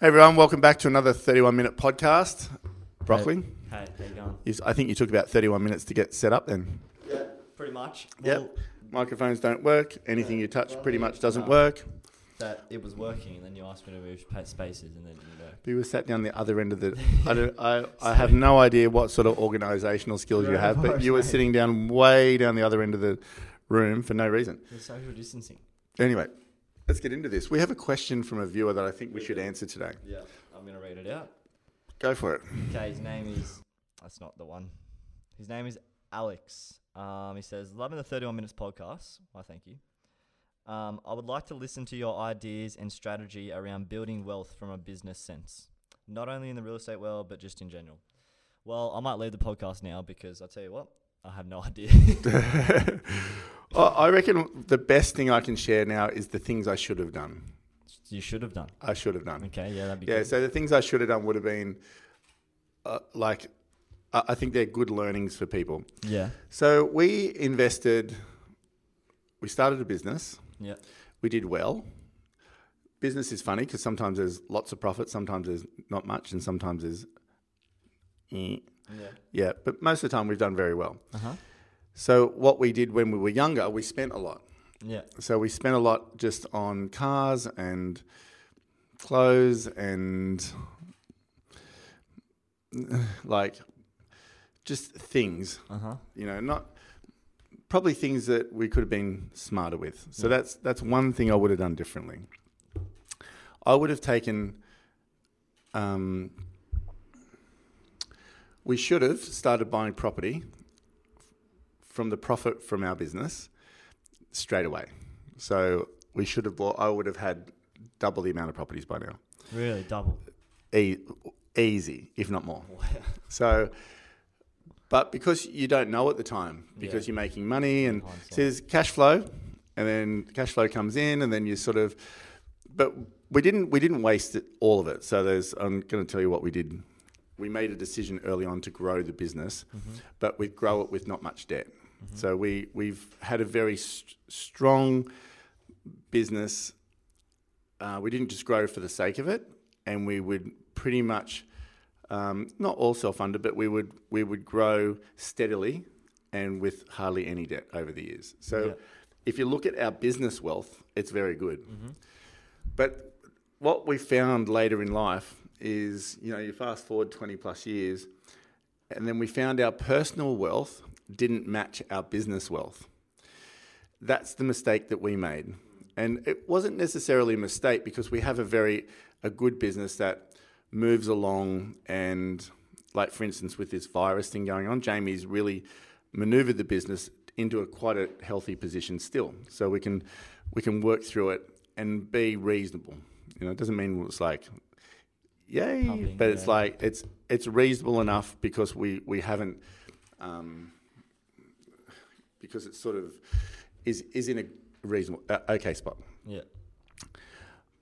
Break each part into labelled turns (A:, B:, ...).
A: Hey everyone, welcome back to another 31 minute podcast. Broccoli,
B: Hey, how you going?
A: is- I think you took about 31 minutes to get set up then.
B: Pretty much. Well,
A: Yep. Microphones don't work. Anything you touch pretty much doesn't
B: No.
A: work.
B: That it was working, and then you asked me to move pa- spaces, and then you go.
A: We were sat down the other end of the. I, don't, I, I have no idea what sort of organisational skills you have, but you were sitting down way down the other end of the room for no reason.
B: There's social distancing.
A: Anyway, let's get into this. We have a question from a viewer that I think we should answer today.
B: Yeah, I'm gonna read it out.
A: Go for it.
B: Okay, his name is. That's not the one. His name is Alex. Um, he says, "Loving the 31 minutes podcast. Why, thank you. Um, I would like to listen to your ideas and strategy around building wealth from a business sense, not only in the real estate world, but just in general." Well, I might leave the podcast now because I tell you what, I have no idea.
A: I I reckon the best thing I can share now is the things I should have done.
B: you should have done.
A: I should have done.
B: Okay, yeah, that'd be
A: Yeah,
B: good.
A: so the things I should have done would have been uh, like, I I think they're good learnings for people.
B: Yeah,
A: So we invested, we started a business,
B: yeah,
A: we did well. Business is funny because sometimes there's lots of profit, sometimes there's not much, and sometimes there's. eh.
B: yeah.
A: Yeah, but most of the time we've done very well.
B: Uh huh.
A: So what we did when we were younger, we spent a lot.
B: Yeah,
A: So we spent a lot just on cars and clothes and like just things,
B: uh huh.
A: you know, not probably things that we could have been smarter with. So that's that's one thing I would have done differently. I would have taken um, we should have started buying property from the profit from our business straight away. So we should have bought. I would have had double the amount of properties by now,
B: Really double.
A: e- easy, if not more. So, but because you don't know at the time, because
B: Yeah.
A: you're making money and
B: Hindsight.
A: so there's cash flow, and then cash flow comes in, and then you sort of, but we didn't we didn't waste it, all of it. So there's I'm going to tell you what we did. We made a decision early on to grow the business,
B: Mm-hmm.
A: but we grow it with not much debt. So we we've had a very st- strong business. Uh, we didn't just grow for the sake of it, and we would pretty much um, not all self-funded, but we would we would grow steadily and with hardly any debt over the years. So,
B: Yeah.
A: if you look at our business wealth, it's very good. But what we found later in life is, you know, you fast forward twenty plus years, and then we found our personal wealth didn't match our business wealth. That's the mistake that we made. And it wasn't necessarily a mistake because we have a very a good business that moves along and like for instance with this virus thing going on, Jamie's really maneuvered the business into a quite a healthy position still. So we can we can work through it and be reasonable. You know, it doesn't mean it's like yay,
B: Pumping,
A: but it's
B: yeah.
A: like it's it's reasonable enough because we we haven't um, because it's sort of is is in a reasonable uh, okay spot.
B: Yeah.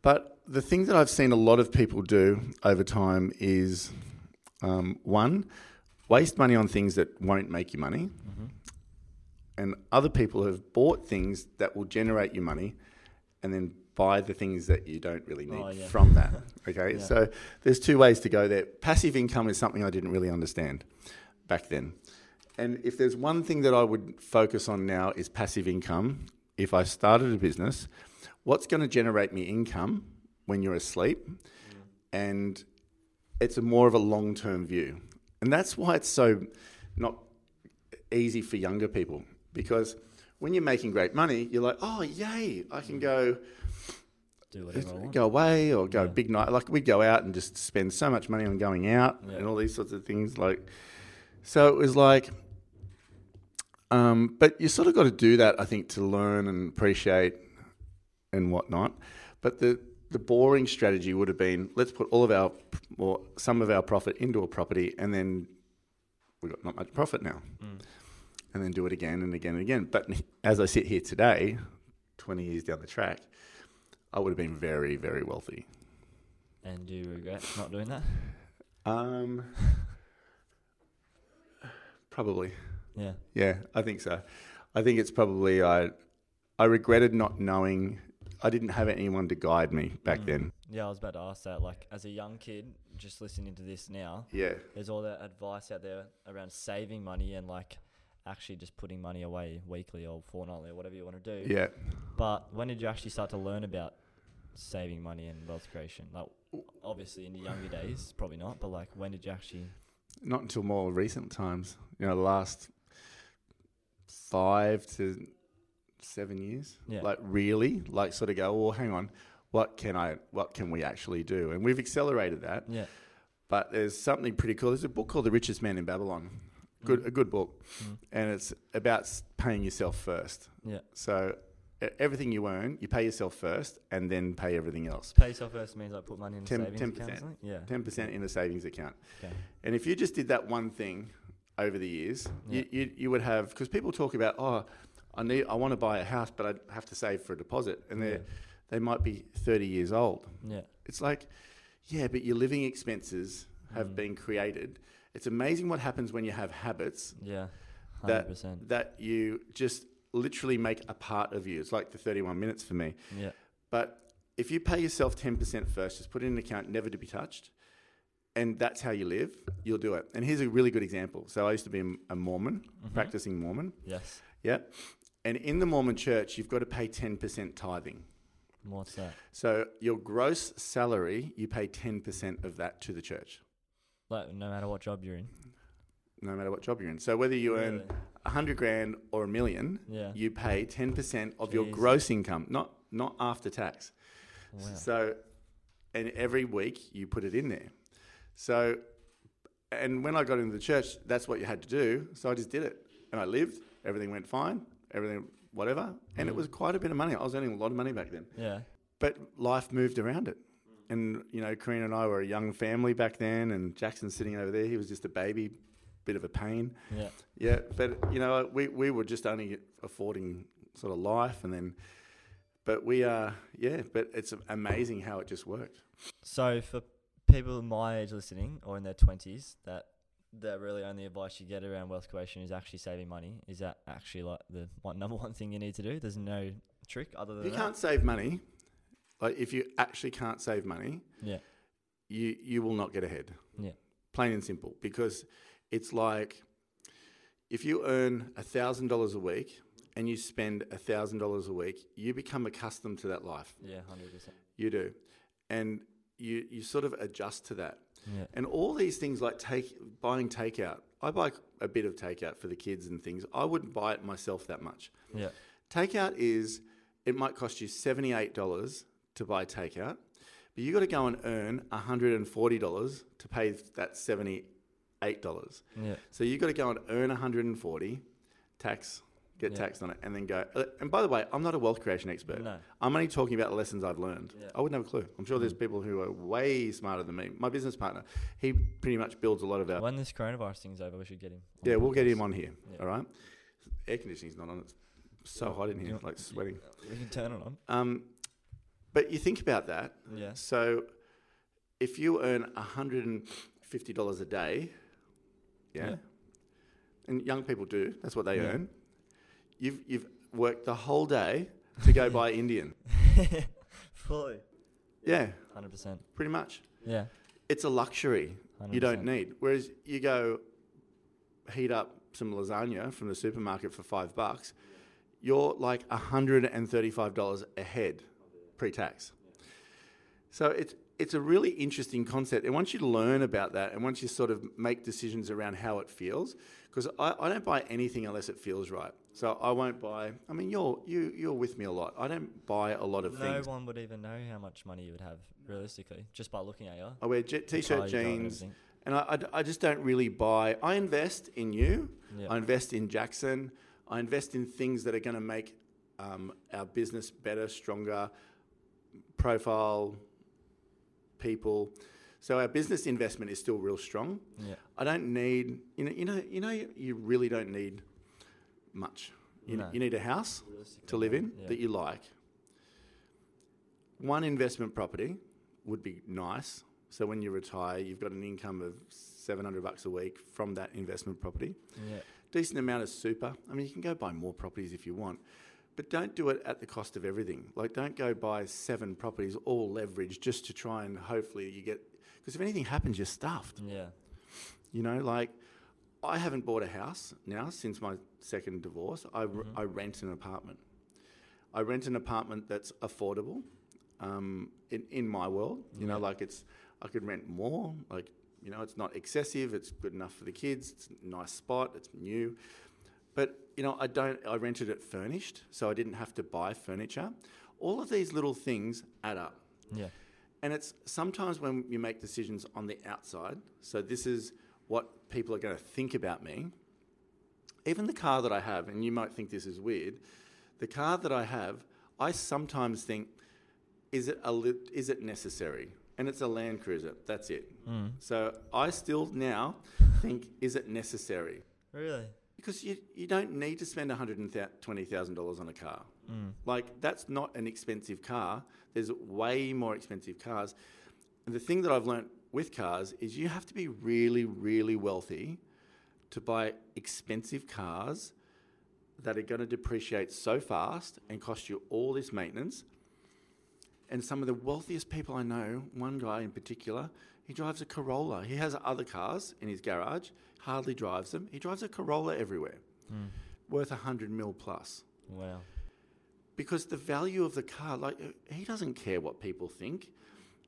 A: But the thing that I've seen a lot of people do over time is um, one, waste money on things that won't make you money,
B: Mm-hmm.
A: and other people have bought things that will generate you money, and then buy the things that you don't really need
B: Oh, yeah.
A: from that. Okay,
B: Yeah.
A: so there's two ways to go there. Passive income is something I didn't really understand back then. And if there's one thing that I would focus on now is passive income. If I started a business, what's going to generate me income when you're asleep?
B: Mm.
A: And it's a more of a long term view. And that's why it's so not easy for younger people because when you're making great money, you're like, oh, yay, I can go
B: Do whatever I want.
A: go away or go
B: Yeah.
A: big night. Like we'd go out and just spend so much money on going out
B: Yeah.
A: and all these sorts of things. Like, so it was like, um, but you sort of got to do that, I think, to learn and appreciate and whatnot. But the the boring strategy would have been let's put all of our or some of our profit into a property and then we got not much profit now.
B: Mm.
A: And then do it again and again and again. But as I sit here today, 20 years down the track, I would have been very, very wealthy.
B: And do you regret not doing that?
A: Um, probably,
B: Yeah.
A: yeah, I think so. I think it's probably I, I regretted not knowing I didn't have anyone to guide me back then.
B: Yeah, I was about to ask that. Like, as a young kid, just listening to this now,
A: Yeah.
B: there's all that advice out there around saving money and like actually just putting money away weekly or fortnightly or whatever you want to do.
A: Yeah.
B: But when did you actually start to learn about saving money and wealth creation? Like, obviously in the younger days, probably not. But like, when did you actually?
A: Not until more recent times. You know, the last five to seven years.
B: Yeah.
A: Like really, like sort of go, well, hang on, what can I what can we actually do? And we've accelerated that.
B: Yeah.
A: But there's something pretty cool. There's a book called The Richest Man in Babylon. Good, a good book,
B: Mm.
A: and it's about s- paying yourself first.
B: Yeah.
A: So e- everything you earn, you pay yourself first, and then pay everything else.
B: Pay yourself first means I put money in a
A: Ten-
B: savings account. Or
A: 10%.
B: something? Yeah.
A: Ten percent in a savings account.
B: Okay.
A: And if you just did that one thing over the years,
B: Yeah.
A: you, you you would have because people talk about oh, I need I want to buy a house, but I have to save for a deposit, and they
B: Yeah.
A: are they might be thirty years old.
B: Yeah.
A: It's like, yeah, but your living expenses have
B: Mm.
A: been created. It's amazing what happens when you have habits
B: Yeah. Hundred
A: That-
B: percent.
A: that you just literally make a part of you. It's like the 31 minutes for me.
B: Yeah.
A: But if you pay yourself 10% first, just put it in an account never to be touched, and that's how you live, you'll do it. And here's a really good example. So I used to be a Mormon,
B: Mhm.
A: practicing Mormon.
B: Yes.
A: Yeah. And in the Mormon church, you've got to pay 10% tithing.
B: What's that?
A: So your gross salary, you pay 10% of that to the church,
B: Like, no matter what job you're in.
A: no matter what job you're in. So whether you earn
B: Really?
A: a 100 grand or a million,
B: Yeah.
A: you pay 10% of your
B: Jeez.
A: gross income, not not after tax.
B: Wow.
A: So and every week you put it in there. So and when I got into the church, that's what you had to do. So I just did it. And I lived, everything went fine, everything whatever, and it was quite a bit of money. I was earning a lot of money back then.
B: Yeah.
A: But life moved around it. And you know, Karina and I were a young family back then and Jackson's sitting over there, he was just a baby, bit of a pain.
B: Yeah.
A: Yeah, but you know, we, we were just only affording sort of life, and then, but we are, yeah, but it's amazing how it just worked.
B: So for people my age listening or in their twenties, that the really only advice you get around wealth creation is actually saving money. Is that actually like the one number one thing you need to do? There's no trick other than
A: You
B: that.
A: can't save money. Like, if you actually can't save money,
B: Yeah.
A: you, you will not get ahead.
B: Yeah.
A: Plain and simple, because it's like if you earn $1,000 a week and you spend $1,000 a week, you become accustomed to that life.
B: Yeah, hundred percent.
A: You do. And you, you sort of adjust to that.
B: Yeah.
A: And all these things like take buying takeout. I buy a bit of takeout for the kids and things. I wouldn't buy it myself that much.
B: Yeah.
A: Takeout is it might cost you seventy eight dollars to buy takeout, but you got to go and earn one hundred and forty dollars to pay that seventy eight dollars.
B: Yeah.
A: So you got to go and earn one hundred and forty tax. Get
B: Yeah.
A: taxed on it and then go. uh, And by the way, I'm not a wealth creation expert.
B: No.
A: I'm only talking about the lessons I've learned.
B: Yeah. Mm.
A: I wouldn't have a clue. I'm sure there's people who are way smarter than me. My business partner, he pretty much builds a lot of our.
B: When this coronavirus thing's over, we should get him.
A: uh,
B: on
A: yeah,
B: the
A: we'll get
B: podcast.
A: him on here.
B: Yeah.
A: All right. Air conditioning's not on. It's so hot in
B: Do you
A: here,
B: want-
A: like sweating.
B: We can turn it on.
A: Um, but you think about that.
B: Yeah.
A: So if you earn $150 a day, yeah,
B: Yeah.
A: and young people do, that's what they
B: Yeah.
A: earn, you've, you've worked the whole day to go buy Indian.
B: Fully.
A: Yeah,
B: Hundred percent.
A: pretty much.
B: Yeah.
A: It's a luxury
B: 100%.
A: you don't need. Whereas you go heat up some lasagna from the supermarket for five bucks, you're like $135 ahead pre tax. So it's, it's a really interesting concept. And once you learn about that and once you sort of make decisions around how it feels, because I, I don't buy anything unless it feels right. So I won't buy, I mean, you're, you, you're with me a lot. I don't buy a lot of
B: no
A: things.
B: one would even know how much money you would have realistically just by looking at you.
A: I wear j- t shirt,
B: car you drive and
A: jeans,
B: everything.
A: And I, I d- I just don't really buy. I invest in you.
B: Yeah.
A: I invest in Jackson. I invest in things that are going to make um, our business better, stronger, profile people. So our business investment is still real strong.
B: Yeah.
A: I don't need you know you know you know you really don't need much. You,
B: No.
A: you need a house to live in
B: Yeah.
A: that you like. One investment property would be nice. So when you retire, you've got an income of 700 bucks a week from that investment property.
B: Yeah.
A: Decent amount of super. I mean, you can go buy more properties if you want. But don't do it at the cost of everything. Like, don't go buy seven properties all leveraged just to try and hopefully you get. Because if anything happens, you're stuffed.
B: Yeah.
A: You know, like I haven't bought a house now since my second divorce. I, r- I rent an apartment. I rent an apartment that's affordable um, in, in my world. You know, like it's, I could rent more. Like, you know, it's not excessive. It's good enough for the kids. It's a nice spot. It's new. But, you know, I don't, I rented it furnished, so I didn't have to buy furniture. All of these little things add up.
B: Yeah.
A: And it's sometimes when you make decisions on the outside, so this is what people are going to think about me. Even the car that I have, and you might think this is weird, the car that I have, I sometimes think, is it, a li- is it necessary? And it's a Land Cruiser, that's it.
B: Mm.
A: So I still now think, is it necessary?
B: Really?
A: Because you, you don't need to spend $120,000 on a car.
B: Mm.
A: Like, that's not an expensive car. There's way more expensive cars. And the thing that I've learnt with cars is you have to be really, really wealthy to buy expensive cars that are going to depreciate so fast and cost you all this maintenance. And some of the wealthiest people I know, one guy in particular, he drives a Corolla. He has other cars in his garage, hardly drives them. He drives a Corolla everywhere, worth a 100 mil plus.
B: Mm. Wow.
A: Because the value of the car, like, uh, he doesn't care what people think.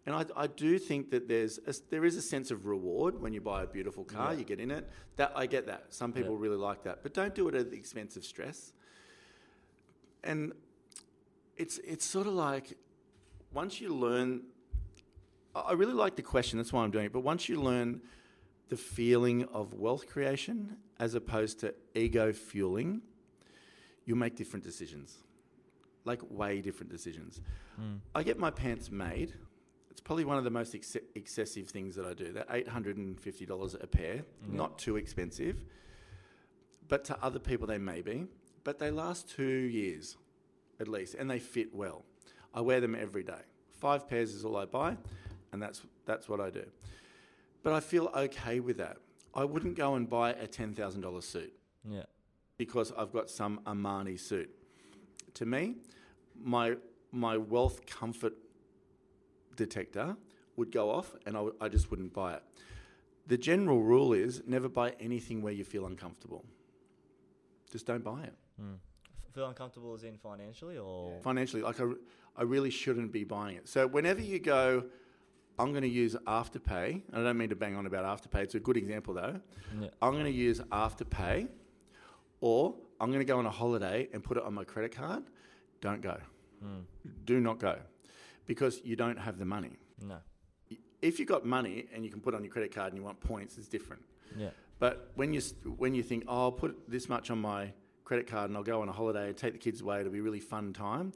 A: And I, I do think that there's a, there is a sense of reward when you buy a beautiful car, you get in it. That I get that. Some people really like that, but don't do it at the expense of stress. And it's it's sort of like once you learn I I really like the question, that's why I'm doing it, but once you learn the feeling of wealth creation as opposed to ego fueling, you'll make different decisions. Like way different decisions.
B: Mm.
A: I get my pants made. It's probably one of the most ex- excessive things that I do. They're $850 a pair, not too expensive. But to other people, they may be. But they last two years at least, and they fit well. I wear them every day. Five pairs is all I buy, and that's that's what I do. But I feel okay with that. I wouldn't go and buy a ten thousand dollar suit
B: Yeah.
A: because I've got some Armani suit. To me, my my wealth comfort detector would go off, and I, would- I just wouldn't buy it. The general rule is never buy anything where you feel uncomfortable. Just don't buy it.
B: Mm. F- feel uncomfortable as in financially or?
A: financially like I, re- I really shouldn't be buying it so whenever you go i'm going to use afterpay and i don't mean to bang on about afterpay it's a good example though
B: Yeah.
A: i'm going to use afterpay or i'm going to go on a holiday and put it on my credit card don't go
B: Mm.
A: do not go because you don't have the money
B: No.
A: if you've got money and you can put it on your credit card and you want points it's different
B: Yeah.
A: but when you when you think, oh, I'll put this much on my credit card and I'll go on a holiday and take the kids away, it'll be a really fun time.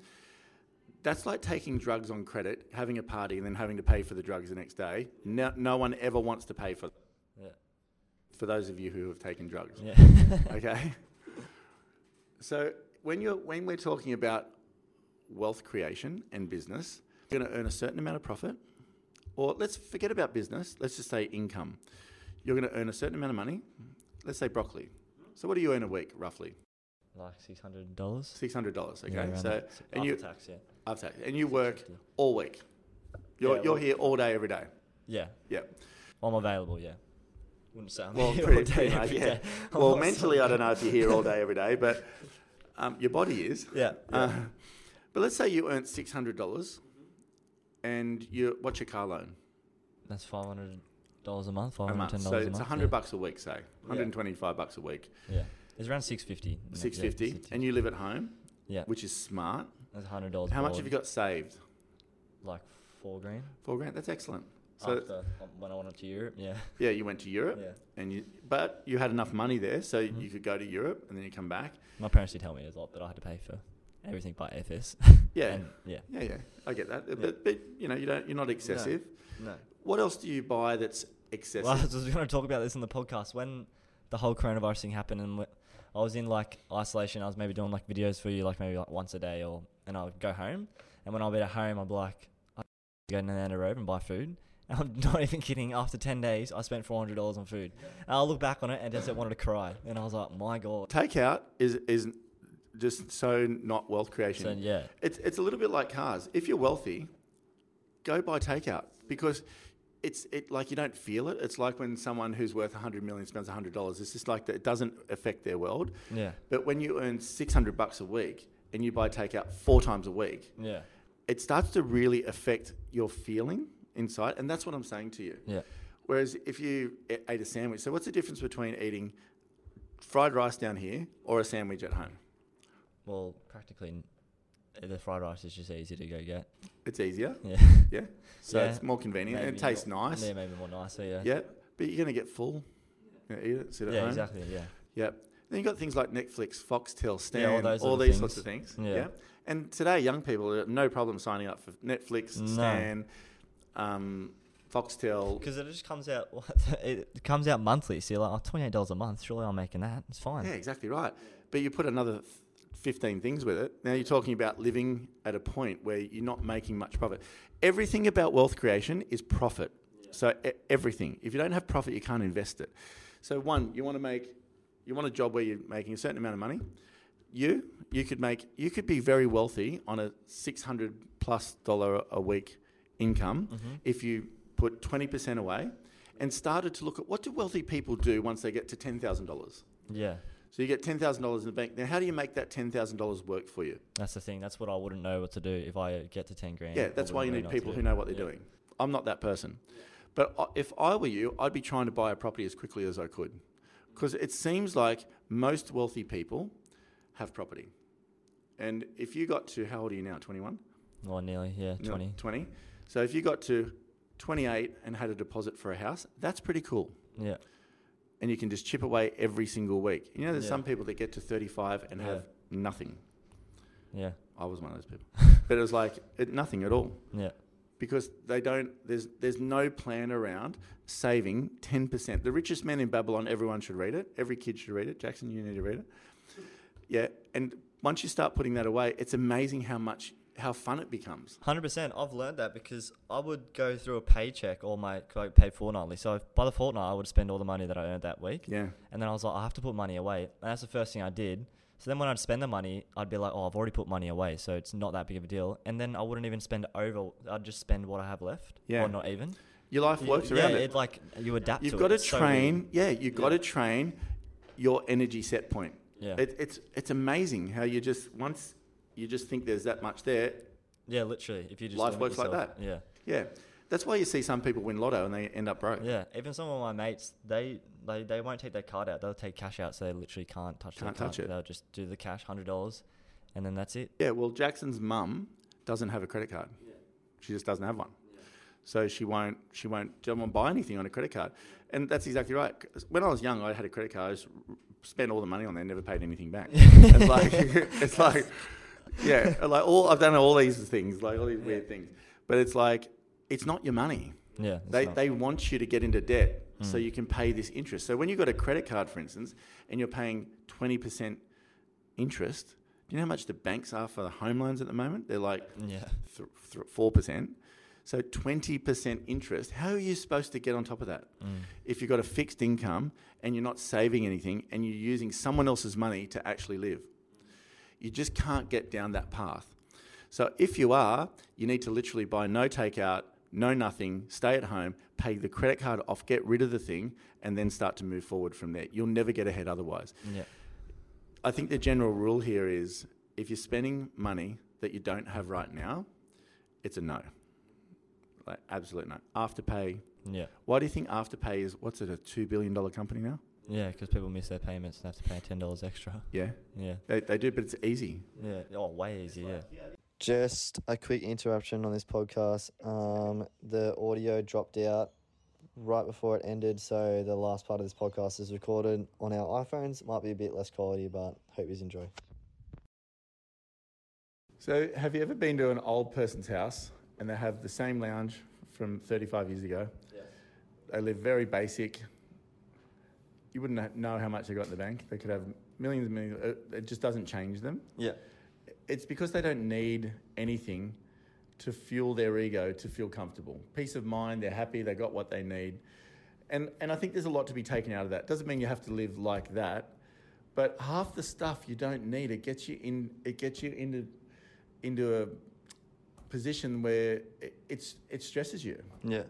A: That's like taking drugs on credit, having a party, and then having to pay for the drugs the next day. No, no one ever wants to pay for
B: Yeah.
A: for those of you who have taken drugs.
B: Yeah.
A: Okay. So when you're when we're talking about wealth creation and business, you're going to earn a certain amount of profit, or let's forget about business. Let's just say income. You're going to earn a certain amount of money. Let's say broccoli. So what do you earn a week roughly?
B: like six hundred dollars.
A: Six hundred dollars. Okay.
B: Yeah, around
A: so
B: that. S-
A: and
B: after
A: you
B: tax, yeah.
A: after tax, and you work all week. You're,
B: Yeah,
A: you're
B: well-
A: here all day every day.
B: Yeah.
A: Yep.
B: I'm available, yeah. Wouldn't say I'm
A: Well,
B: here
A: pretty,
B: all day,
A: pretty much,
B: every
A: yeah.
B: day. I'm
A: Well,
B: not
A: mentally, I
B: sorry.
A: don't know if you're here all day, every day, but um, your body is.
B: Yeah.
A: Uh, but let's say you earned six hundred dollars, and you what's your car loan
B: That's five hundred dollars a month, five
A: a
B: hundred
A: month?
B: ten
A: So
B: dollars a
A: it's
B: month.
A: hundred bucks a week, say hundred and twenty-five bucks a week,
B: Yeah. yeah. It's around six fifty.
A: six fifty, and you live at home,
B: Yeah.
A: which is smart.
B: That's hundred dollars.
A: How much have you got saved?
B: Like four grand.
A: Four grand. That's excellent. So
B: after um, when I went to Europe, yeah.
A: yeah, you went to Europe,
B: Yeah. Mm-hmm.
A: and you but you had enough money there, so you could go to Europe and then you come back.
B: My parents did tell me a lot, but I had to pay for everything by FS.
A: Yeah.
B: And, yeah.
A: Yeah, yeah, I get that. But, but you know, you don't. You're not excessive.
B: No.
A: What else do you buy that's excessive?
B: Well, I was going to talk about this in the podcast when the whole coronavirus thing happened, and wh- I was in like isolation. I was maybe doing like videos for you, like maybe like once a day, or and I would go home. And when I'll be at home, I'm like, I go down the road and buy food. And I'm not even kidding. After ten days, I spent four hundred dollars on food. And I look back on it and just wanted to cry. And I was like, my god.
A: Takeout is is just so not wealth creation.
B: So yeah,
A: It's it's a little bit like cars. If you're wealthy, go buy takeout because it's it like you don't feel it. It's like when someone who's worth 100 million spends 100 dollars. It's just like that. It doesn't affect their world.
B: yeah,
A: But when you earn 600 bucks a week and you buy takeout four times a week,
B: yeah,
A: it starts to really affect your feeling inside, and that's what I'm saying to you.
B: yeah,
A: Whereas if you a- ate a sandwich, so what's the difference between eating fried rice down here or a sandwich at home?
B: well, practically, n- the fried rice is just easy to go get.
A: It's easier,
B: Yeah,
A: yeah. So
B: Yeah.
A: it's more convenient and
B: Maybe
A: it tastes
B: more-
A: nice.
B: Yeah,
A: Yeah.
B: maybe more nicer. Yeah,
A: but you're gonna get full. You're gonna eat it, sit at
B: Yeah,
A: home.
B: exactly. Yeah,
A: Yeah. Then you got things like Netflix, Foxtel, Stan,
B: all those
A: all
B: little
A: these
B: things.
A: sorts of things.
B: Yeah.
A: Yeah. And today, young people are no problem signing up for Netflix,
B: No.
A: Stan, um, Foxtel.
B: because it just comes out. It comes out monthly. So you're like, oh, twenty eight dollars a month. Surely I'm making that. It's fine.
A: Yeah, exactly right. But you put another th- 15 things with it. Now you're talking about living at a point where you're not making much profit. Everything about wealth creation is profit. So e- everything. If you don't have profit, you can't invest it. So one, you want to make, you want a job where you're making a certain amount of money. You, you could make, you could be very wealthy on a 600 plus dollar a week income
B: Mm-hmm.
A: if you put 20% away and started to look at what do wealthy people do once they get to $10,000.
B: Yeah,
A: So you get ten thousand dollars in the bank. Now, how do you make that ten thousand dollars work for you?
B: that's the thing. That's what I wouldn't know what to do if I get to ten grand.
A: Yeah,
B: I
A: that's why you
B: wouldn't
A: need
B: know
A: people
B: to
A: who
B: do.
A: know what they're
B: Yeah.
A: doing. I'm not that person, but I- if I were you, I'd be trying to buy a property as quickly as I could, because it seems like most wealthy people have property, and if you got to how old are you now? Twenty one.
B: Oh, nearly. Yeah, twenty.
A: Twenty. So if you got to twenty eight and had a deposit for a house, that's pretty cool.
B: Yeah,
A: And you can just chip away every single week. You know, there's
B: Yeah.
A: some people that get to 35 and
B: Yeah.
A: have nothing.
B: yeah,
A: I was one of those people. but it was like it, nothing at all
B: yeah,
A: because they don't. There's there's no plan around saving ten percent. The richest men in Babylon. Everyone should read it. Every kid should read it. Jackson, you need to read it. Yeah, and once you start putting that away, it's amazing how much how fun it becomes.
B: hundred percent. I've learned that because I would go through a paycheck all my I paid fortnightly. So if- by the fortnight, I would spend all the money that I earned that week.
A: Yeah,
B: And then I was like, I have to put money away. And that's the first thing I did. So then when I'd spend the money, I'd be like, oh, I've already put money away. So it's not that big of a deal. And then I wouldn't even spend over. I'd just spend what I have left.
A: Yeah.
B: Or not even.
A: your life works
B: yeah,
A: around
B: it.
A: it.
B: like you adapt
A: You've
B: to
A: got
B: it.
A: to
B: It's so
A: train. yeah, you've got
B: Yeah.
A: to train your energy set point.
B: weird. yeah.
A: It, it's it's amazing how you just once you just think there's that much there,
B: yeah, literally. If you just.
A: Life
B: limit
A: works like
B: yourself-
A: that.
B: Yeah.
A: Yeah, that's why you see some people win lotto and they end up broke.
B: Yeah. Even some of my mates, they, they, they won't take their card out. They'll take cash out. So they literally can't touch
A: Can't
B: their
A: touch
B: card.
A: it.
B: They'll just do the cash, $100. And then that's it.
A: Yeah, well, Jackson's mum doesn't have a credit card. She just doesn't have one. So she won't. She won't. She won't buy anything on a credit card, and that's exactly right. 'Cause When I was young, I had a credit card. I just r- spent all the money on there, never paid anything back. it's like, it's like, yeah, like all I've done all these things, like all these weird things. But it's like, it's not your money.
B: Yeah. it's
A: They,
B: not-
A: they want you to get into debt so you can pay this interest. So when you've got a credit card, for instance, and you're paying 20% interest, do you know how much the banks are for the home loans at the moment? They're like
B: yeah.
A: th- th- 4%. So 20% interest, how are you supposed to get on top of that? If you've got a fixed income and you're not saving anything and you're using someone else's money to actually live, you just can't get down that path. So if you are, you need to literally buy no takeout, no nothing, stay at home, pay the credit card off, get rid of the thing, and then start to move forward from there. You'll never get ahead otherwise.
B: Yeah.
A: I think the general rule here is if you're spending money that you don't have right now, it's a no. Like absolute no. Afterpay.
B: Mm, Yeah.
A: Why do you think Afterpay is what's it a two billion dollar company now?
B: Yeah, because people miss their payments and have to pay ten dollars extra.
A: Yeah,
B: Yeah,
A: they, they do, but it's easy.
B: yeah. Oh, way easier. Yeah.
C: Just a quick interruption on this podcast. Um, the audio dropped out right before it ended, so the last part of this podcast is recorded on our iPhones. Might be a bit less quality, but hope you enjoy.
A: So, have you ever been to an old person's house and they have the same lounge from 35 years ago? They live very basic. You wouldn't ha- know how much they got in the bank. They could have millions and millions. it- It just doesn't change them.
C: Yeah.
A: It's because they don't need anything to fuel their ego to feel comfortable. Peace of mind, they're happy, they got what they need. And, and I think there's a lot to be taken out of that. Doesn't mean you have to live like that, But half the stuff you don't need. It gets you in. It gets you into into a position where it, it's it stresses you.
B: Yeah.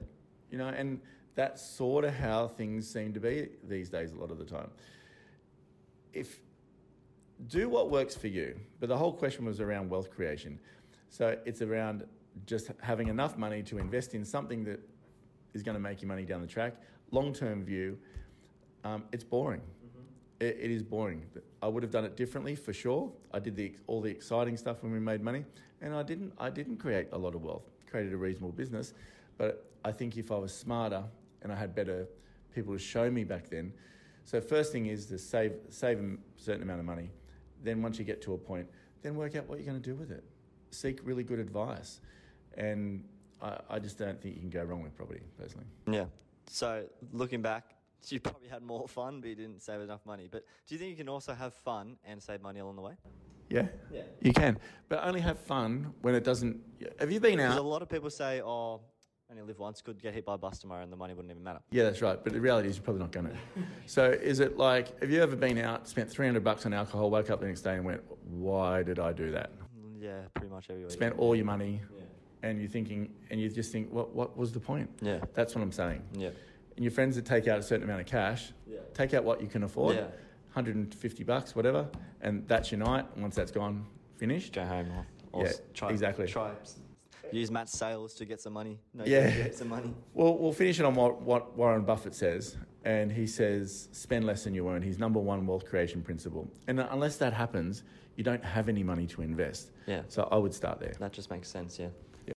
A: You know, and that's sort of how things seem to be these days. A lot of the time, if do what works for you. But the whole question was around wealth creation. So it's around just having enough money to invest in something that is going to make you money down the track. Long term view, um, it's boring. It, it is boring. I would have done it differently for sure. I did the, all the exciting stuff when we made money, and I didn't. I didn't create a lot of wealth. Created a reasonable business, but I think if I was smarter and I had better people to show me back then. So first thing is to save save a certain amount of money. Then once you get to a point, then work out what you're going to do with it. Seek really good advice, and I, I just don't think you can go wrong with property personally.
B: Yeah. So looking back, you probably had more fun, but you didn't save enough money. But do you think you can also have fun and save money along the way?
A: Yeah,
B: Yeah.
A: you can, but only have fun when it doesn't. Have you been
B: Because a
A: out?
B: lot of people say, "Oh, only live once. Could get hit by a bus tomorrow, and the money wouldn't even matter."
A: Yeah, that's right. But the reality is you're probably not going to. So is it like, have you ever been out, spent 300 bucks on alcohol, woke up the next day and went, why did I do that?
B: Mm, Yeah, pretty much everywhere. you
A: Spent all your money
B: go.
A: and you're thinking, and you just think, what, what was the point?
B: Yeah.
A: That's what I'm saying.
B: Yeah.
A: And your friends that take out a certain amount of cash,
B: Yeah.
A: take out what you can afford,
B: Yeah.
A: 150 bucks, whatever, and that's your night. And once that's gone, finished.
B: Go home. Or, or
A: Yeah,
B: s- try,
A: exactly.
B: Try. s- Use Matt's sales to get some money. No,
A: Yeah.
B: you Get some money.
A: Well, we'll finish it on what, what Warren Buffett says. And he says, spend less than you earn. His number one wealth creation principle. And unless that happens, you don't have any money to invest.
B: Yeah.
A: So I would start there.
B: That just makes sense. Yeah.